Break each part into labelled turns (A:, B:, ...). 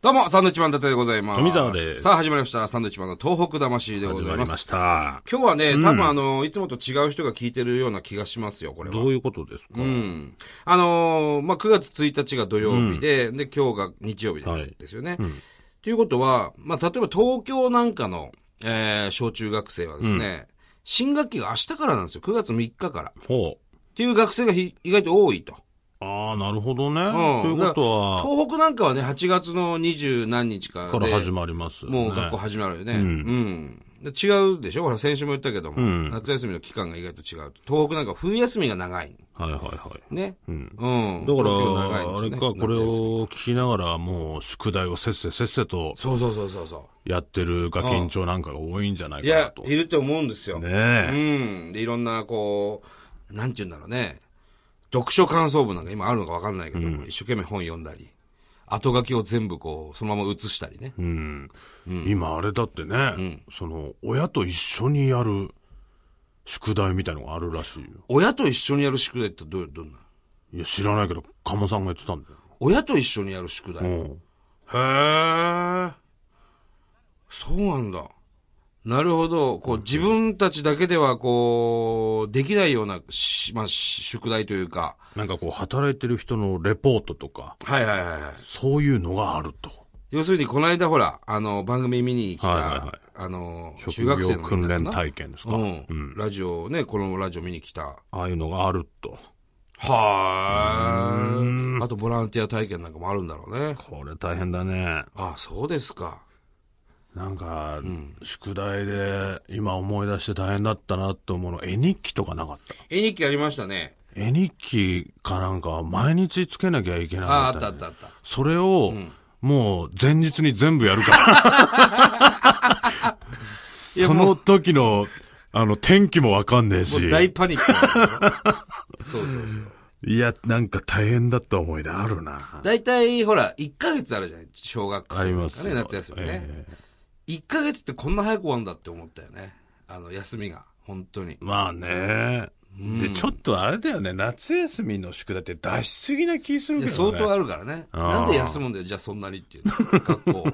A: どうも、サンドイッチマン伊達でございます。
B: 富澤です
A: さあ、始まりました。サンドイッチマンの東北魂でご
B: 始
A: ざ
B: ま
A: い
B: り
A: ま。
B: ますした。
A: 今日はね、多分あの、いつもと違う人が聞いてるような気がしますよ、これは。
B: どういうことですか、
A: うん。あのーまあ、9月1日が土曜日で、で、今日が日曜日
B: はい
A: ですよね。と、い、うことは、まあ、例えば東京なんかの、えー小中学生はですね、新学期が明日からなんですよ、9月3日から。っ
B: ほう。
A: ていう学生がひ意外と多いと。
B: ああ、なるほどね。
A: うん
B: ということは、
A: 東北なんかはね、8月の20何日か
B: から
A: で、
B: 始まります、ね。
A: もう学校始まるよね。うん。で違うでしょほら、先週も言ったけども、
B: ん
A: 夏休みの期間が意外と違う。東北なんか冬休みが長い。
B: はいはいはい。
A: ね。
B: うん。
A: うん。
B: だか
A: 東京長いん
B: ら、あれ
A: ですよね
B: か、これ
A: 夏休み
B: を聞きながら、もう宿題をせっせせっせと
A: そうそうそうそうそ。
B: やってる学研長なんかが多いんじゃないう
A: い
B: かな
A: や
B: と。、
A: いると思うんですよ。う
B: ねえ。
A: ん。で、いろんな、こう、なんて言うんだろうね。読書感想文なんか今あるのかわかんないけど、一生懸命本読んだり、後書きを全部こう、そのまま写したりね。
B: うん。今あれだってね、その、親と一緒にやる宿題みたいのがあるらしいよ。
A: 親と一緒にやる宿題ってどう、どんな。
B: いや、知らないけど、鴨さんが言ってたんだよ。
A: 親と一緒にやる宿題。
B: うん。
A: へえ。そうなんだ。なるほど。こう、自分たちだけでは、こう、できないようなし、まあ、し宿題というか。
B: なんかこう、働いてる人のレポートとか、
A: はいはいはいはい。
B: そういうのがあると。
A: 要するに、この間ほら、あの、番組見に来た、
B: はいはいはい
A: あの、中
B: 職
A: 学生
B: 業
A: の
B: 訓練
A: みんなかな
B: 体験ですか。
A: うん、ラジオをね、このラジオ見に来た。
B: ああいうのがあると。
A: はーあと、ボランティア体験なんかもあるんだろうね。
B: これ大変だね。
A: あ、そうですか。
B: なんか、宿題で今思い出して大変だったなって思うの、絵日記とかなかった。
A: 絵日記ありましたね。
B: 絵日記かなんか毎日つけなきゃいけないみたいな
A: あ、あったあったあった。
B: それを、もう前日に全部やるから。 その時の、あの、天気もわかんねえ
A: も
B: し
A: う。大パニックなんだよ。 そうそうそう。
B: いや、なんか大変だった思い出あるな。
A: 大体、ほら、1ヶ月あるじゃない小学生
B: ありま
A: と
B: す
A: かね、
B: よ
A: 夏休みね、
B: ええ
A: 1ヶ月ってこんな早く終わるんだって思ったよね。あの、休みが。本当に。
B: まあね。で、ちょっとあれだよね、夏休みの宿題って出しすぎな気す
A: い
B: るけ
A: や、
B: どね。
A: 相当あるからね。
B: あー
A: なんで休むんだよ、じゃあそんなにっていう。学 校。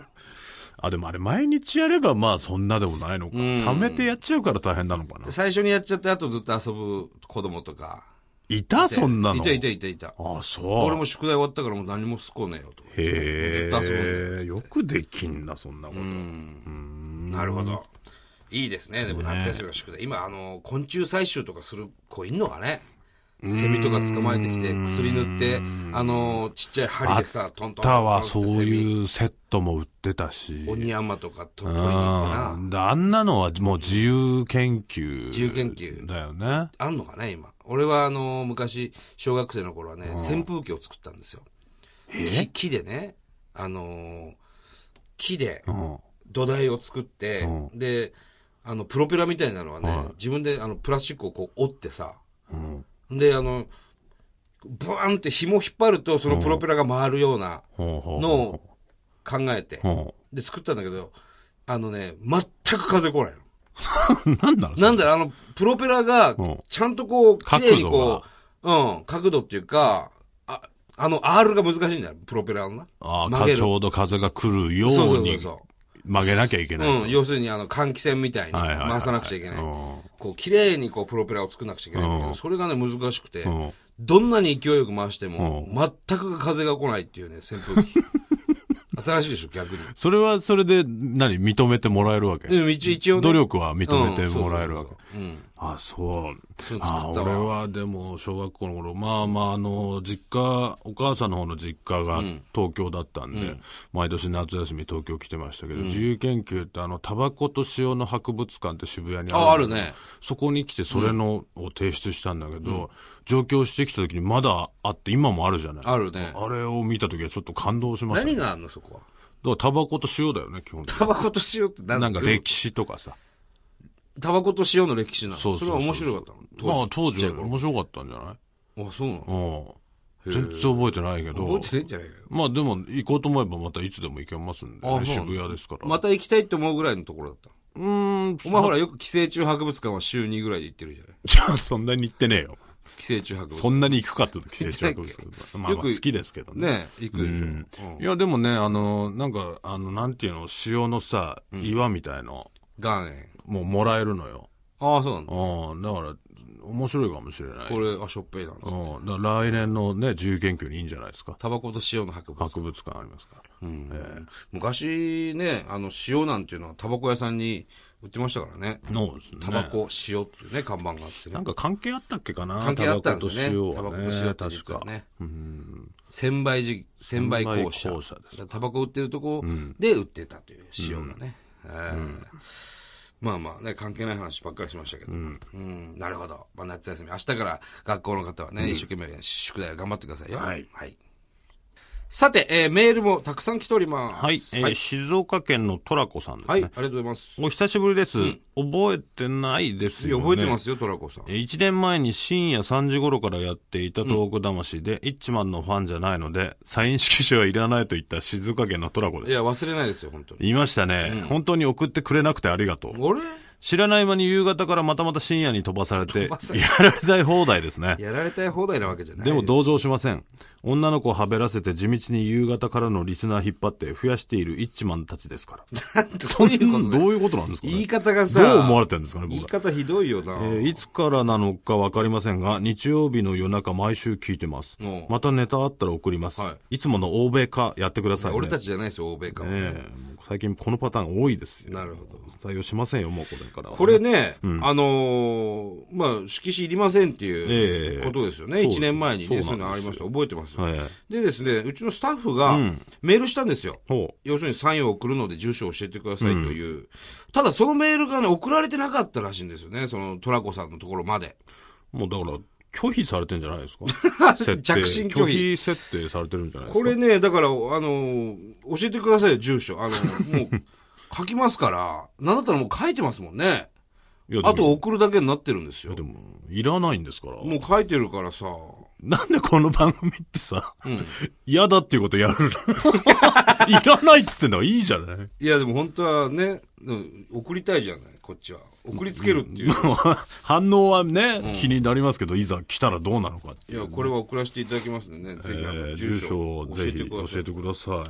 B: あ、でもあれ毎日やればまあそんなでもないのか。
A: ん
B: 貯めてやっちゃうから大変なのかな。
A: 最初にやっちゃって、あとずっと遊ぶ子供とか。
B: いたそんなの。
A: いたいたいたいた。
B: あ、そう。
A: 俺も宿題終わったからもう何もすこねえよと。
B: へ
A: ずっと遊ぶ
B: え。よくできんな、そんなこと。
A: なるほど。いいですね、でも夏休みの宿題。今、あの、昆虫採集とかする子いんのかねセミとか捕まえてきて、薬塗って、あの、ちっちゃい針
B: あ
A: で
B: っ
A: さ、トントン。
B: たわ、そう
A: う。
B: いうセットも売ってたし。
A: オニヤンマとかと取
B: う
A: りに行ってな。
B: ん。であんなのはもう自由研究。
A: 自由研究
B: だよね。
A: あんのかね、今。俺は、あの、昔、小学生の頃はね、扇風機を作ったんですよ。木木でね、あの、木で、
B: うん。
A: 土台を作って、
B: う
A: で、あの、プロペラみたいなのはね、
B: はい
A: 自分であの、プラスチックをこう折ってさ、
B: うん。
A: で、あの、ブーンって紐引っ張ると、そのプロペラが回るような
B: ほうほう
A: のを考えて、
B: ほ
A: で、作ったんだけど、あのね、全く風来ないの。
B: う。 なんだろう
A: なんだろう、あの、プロペラが
B: ん、
A: ちゃんとこう、綺
B: 角度が
A: 麗にこう、うん、角度っていうか、あ、あの、R が難しいんだよ、プロペラのな。
B: ああ、
A: 曲げ
B: か
A: る
B: ちょうど風が来るよ
A: そうそううそ
B: に
A: うそ
B: 曲げなきゃいけ
A: う。
B: ない。
A: うん、要するにあの、換気扇みたいに
B: はいはいはいはい
A: 回さなくちゃいけない。
B: うん
A: こう、綺麗にこう、プロペラを作んなくちゃいけないんだけど、
B: うん
A: それがね、難しくて、
B: うん
A: どんなに勢いよく回しても、全く風が来ないっていうね、扇風 機。新しいでしょ、逆に。
B: それはそれで、何、認めてもらえるわけ
A: うん、一一応ね、
B: 努力は認めてもらえるわけ
A: うん。そうそうそうそううん
B: あ、そう。
A: そう作ったわ
B: あ、俺はでも、小学校の頃、まあまあ、あの、実家、お母さんの方の実家が東京だったんで、毎年夏休み東京来てましたけど、自由研究ってあの、タバコと塩の博物館って渋谷にあるんだけど
A: ああるね。
B: そこに来てそれのを提出したんだけど、上京してきた時にまだあって、今もあるじゃない。
A: あるね。
B: あれを見た時はちょっと感動しましたね。
A: 何
B: だか
A: があんの、そこは。
B: らタバコと塩だよね、基本的に。
A: タバコと塩って何
B: なんか歴史とかさ。
A: タバコと塩の歴史なの。
B: そ
A: そう
B: そうそう
A: れは面白かったの。
B: まあ当
A: ちっち
B: 時
A: ゃい頃
B: 面白かったんじゃない
A: あ、そうなの
B: うん。全然覚えてないけ
A: 覚
B: ど。
A: えてないんじゃないかよ。
B: まあでも、行こうと思えばまたいつでも行けますんで、
A: あそうな
B: ね、
A: んだ
B: 渋谷ですから。
A: また行きたいって思うぐらいのところだった。
B: うーん、
A: お 前ほらよく寄生虫博物館は週2ぐらいで行ってるじゃない。
B: じゃあそんなに行ってねえよ。
A: 寄生虫博物
B: そんなに行くかって、寄生虫博物
A: 行っ
B: 館。まあまあ、好きですけどね。
A: ね行くでしょ、うん
B: いや、でもね、あの、なんか、あの、なんていうの、塩のさ、岩みたいの、
A: 岩塩
B: もうもらえるのよ。
A: ああそうなんだ
B: うん、だから、面白いかもしれない。
A: これあしょっぺいなんです
B: うん、だから来年のね、自由研究にいいんじゃないですか。
A: タバコと塩の博物
B: 博物館ありますから。
A: 昔ねあの塩なんていうのはタバコ屋さんに売ってましたからね
B: そうですね
A: タバコ、塩っていうね看板があってね
B: なんか関係あったっけかな
A: 関係あったんですよね。タ
B: タ
A: バ
B: バ
A: コと
B: コと
A: 塩
B: 塩
A: って
B: はね
A: 実
B: 確
A: は
B: か。
A: ね。千倍じ、千倍校舎。
B: 千倍校舎ですか
A: タバコ売ってるとこで売ってたという塩がね。えーまあまあね、関係ない話ばっかりしましたけど。うん。なるほど。まあ夏休み。明日から学校の方はね、一生懸命宿題を頑張ってくださいよ。
B: はい
A: さて、えーメールもたくさん来ております。
B: はい、えー
A: はい。
B: 静岡県のトラコさんです
A: はいあり
B: ね
A: が。とうございます。
B: お久しぶりです。覚えてないです
A: いや、
B: よ、ね。
A: 覚えてますよ、トラコさん。
B: 1年前に深夜3時頃からやっていたトーク魂で、イッチマンのファンじゃないので、サイン色紙はいらないと言った静岡県のトラコで
A: い
B: す。
A: や、忘れないですよ、本当に。
B: 言いましたね、本当に送ってくれなくてありがとう。
A: 俺
B: 知らない間に夕方からまたまた深夜に飛ばされて、や
A: ばされ
B: られたい放題ですね。
A: やられたい放題なわけじゃない
B: でも
A: す
B: 同情しません。女の子をはべらせて地道に夕方からのリスナー引っ張って増やしているイッチマンたちですから。
A: そ
B: ん
A: ういうことだよ
B: どういうことなんですかね
A: 言い方がさ、
B: どう思われてるんですかね、
A: 言い
B: 僕ら。
A: 方ひどいよな。
B: えーいつからなのかわかりませんが、日曜日の夜中毎週聞いてます
A: おう。
B: またネタあったら送ります。、
A: はい
B: つもの欧米化やってくださいね。
A: 俺たちじゃないですよ、欧米かも、
B: ええもう最近このパターン多いですよ。
A: なるほど。
B: 採用しませんよ、もうこれからは、
A: これね、あのーまあ、色紙いりませんってい
B: え
A: う
B: え
A: ことですよね。
B: そう
A: 1年前にね、そ
B: そうう
A: いう
B: なんですよ
A: のありました。覚えてます、
B: はい
A: でですね、うちのスタッフがメールしたんですよ。
B: ほ
A: 要するにサインを送るので住所を教えてくださいという。ただそのメールがね、送られてなかったらしいんですよね。そのトラコさんのところまで。
B: う。もうだから、拒否されてんじゃないです か設定
A: 着信拒否
B: 設定されてるんじゃないです
A: こ
B: か
A: れね、だから、あのー、教えてくださいよ、住所。 あの、もう、書きますから。なんだったらもう書いてますもんね。
B: いやでも
A: あと送るだけになってるんですよ
B: で。も、いらないんですから。
A: もう書いてるからさ。
B: なんでこの番組ってさ、嫌、だっていうことやるの いらないっつってんだからいいじゃない
A: いや、でも本当はね、うん送りたいじゃない、こっちは。送りつけるっていう。
B: 反応はね、気になりますけど、いざ来たらどうなのかって
A: いや、これは送らせていただきますんでね、ぜひ、あ
B: え
A: の
B: ー
A: 住
B: 住
A: 所
B: 所
A: を
B: を
A: 教え
B: ぜ
A: て
B: ひ
A: くだ
B: 教
A: さい
B: え。てください。
A: はい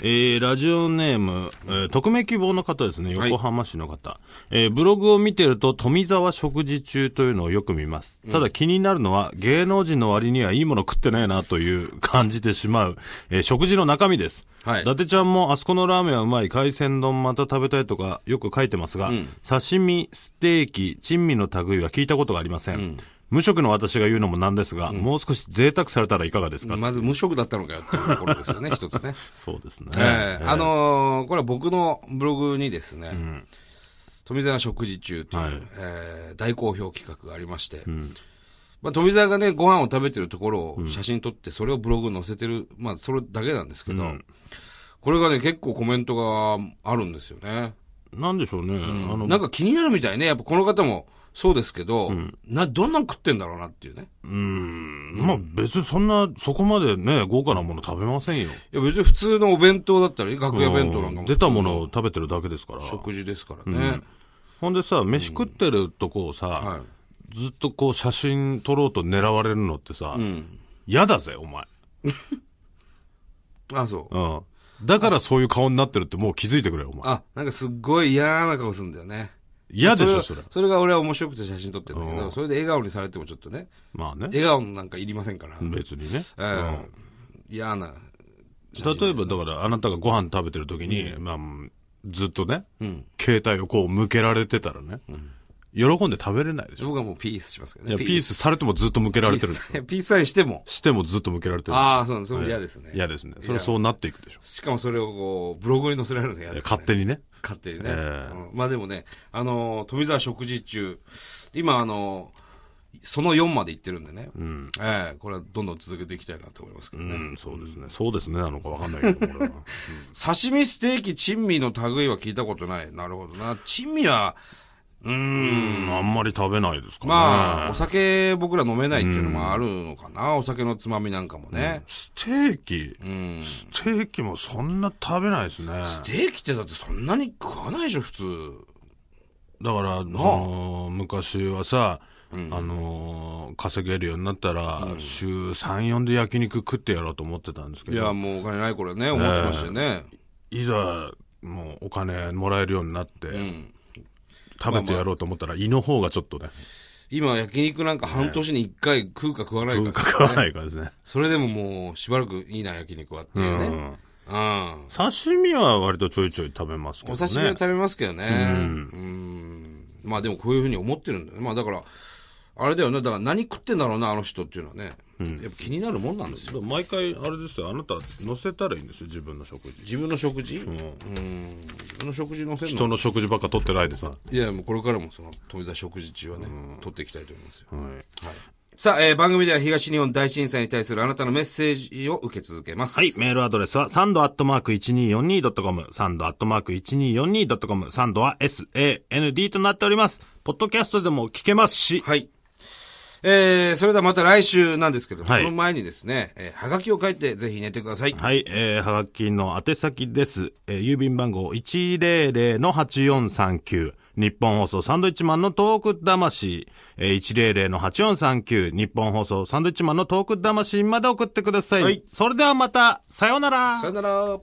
B: えーラジオネーム、えー匿名希望の方ですね、
A: い
B: 横浜市の方。えーブログを見てると、富沢食事中というのをよく見ます。ただ気になるのは、芸能人の割にはいいもの食ってないなという感じてしまう、えー食事の中身です。
A: はい
B: 伊達ちゃんも、あそこのラーメンはうまい、海鮮丼また食べたいとか、よく書いてますが、刺身、ステーキ、珍味の類は聞いたことがありません。無職の私が言うのもなんですが、もう少し贅沢されたらいかがですか、
A: まず無職だったのかよっていうところですよ ね、一つね。
B: そうですね。
A: ええあのーこれは僕のブログにですね、富澤食事中という、えー大好評企画がありまして、まあ、富澤がね、ご飯を食べてるところを写真撮って、それをブログに載せてる、まあ、それだけなんですけど、これがね、結構コメントがあるんですよね。
B: なんでしょうね。あの
A: なんか気になるみたいね。やっぱこの方もそうですけど、な、どんなん食ってんだろうなっていうね。
B: うんまあ別にそんな、そこまでね、豪華なもの食べませんよ。
A: いや、別に普通のお弁当だったり、楽屋弁当なんか
B: うん
A: も。
B: 出たものを食べてるだけですから。
A: 食事ですからね。
B: ほんでさ、飯食ってるとこをさ、
A: はい。
B: ずっとこう写真撮ろうと狙われるのってさ、嫌だぜ、お前。
A: あ、そう。
B: うん。だからそういう顔になってるってもう気づいてくれよ、お前。
A: あ、なんかすっごい嫌な顔するんだよね。
B: 嫌でし
A: そ
B: ょ、そ
A: れ
B: れ
A: は。それが俺は面白くて写真撮ってんだけど、それで笑顔にされてもちょっとね、
B: まあね。
A: 笑顔なんかいりませんから。うん
B: 別にね。
A: 嫌な。
B: 例えば、だからあなたがご飯食べてる時に、まあ、ずっとね、携帯をこう向けられてたらね、喜んで食べれないでしょ。
A: 僕はもうピースしますけど
B: い
A: ね。
B: や、ピー
A: ス。
B: スされてもずっと向けられてるんです
A: ピ
B: よ。
A: ースピースさえしても。
B: してもずっと向けられてる。
A: ああ、そうなんです。それも嫌ですね。
B: 嫌ですね。それはそうなっていくでしょ。
A: しかもそれをこう、ブログに載せられるの嫌
B: い
A: で
B: や
A: すね
B: 勝。手にね。
A: 勝手にね、
B: ええ
A: うんまあでもね、あのー富澤食事中、今あのーその4まで行ってるんでね、ええこれはどんどん続けていきたいなと思いますけど
B: う
A: ね。
B: ん、そうですね。そうですね、なのかわかんないけど、これは
A: 刺身、ステーキ、珍味の類は聞いたことない。なるほどな。珍味は、うーん。
B: うんあんまり食べないですかね。
A: まあ、お酒僕ら飲めないっていうのもあるのかな。お酒のつまみなんかもね。
B: ステーキ、
A: うん。
B: ステーキもそんな食べないですね。
A: ステーキってだってそんなに食わないでしょ、普通。
B: だから、その、昔はさ、あのー稼げるようになったら、週3、4で焼肉食ってやろうと思ってたんですけ
A: いや、
B: ど、
A: もうお金ない頃ね、思ってましたよね。
B: いざ、もうお金もらえるようになって、
A: ん
B: 食べてやろうと思ったら、胃の方がちょっとね、
A: 今、焼肉なんか半年に一回食うか食わないか、
B: 食うか食わないからですね。
A: それでももう、しばらくいいな、焼肉はっていうね。うん。
B: 刺身は割とちょいちょい食べますけ
A: お
B: どね。
A: 刺身は食べますけどね。うん。まあでもこういうふうに思ってるんだよね。まあだから、あれだよね。だから何食ってんだろうな、あの人っていうのはね。やっぱ気になるもんなんですよ。
B: でも毎回、あれですよ、あなた乗せたらいいんですよ、自分の食事。
A: 自分の食事うん。自分の食事のせるの
B: 人の食事ばっか取ってないでさ。
A: いや、もうこれからもその、富澤食事中はね、取っていきたいと思いますよ。
B: はい
A: さあ、えー番組では東日本大震災に対するあなたのメッセージを受け続けます。
B: はい、メールアドレスは、サンドアットマーク 1242.com、サンドアットマーク 1242.com、サンドは SAND となっております。ポッドキャストでも聞けますし、
A: はい。えー、それではまた来週なんですけども、
B: はい
A: その前にですね、えー、はがきを書いてぜひ寝てください。
B: はい、えー、はがきの宛先です。えー、郵便番号100-8439。日本放送サンドイッチマンのトーク魂。えー、100-8439。日本放送サンドイッチマンのトーク魂まで送ってください。
A: はい
B: それではまた、さようなら。
A: さよなら。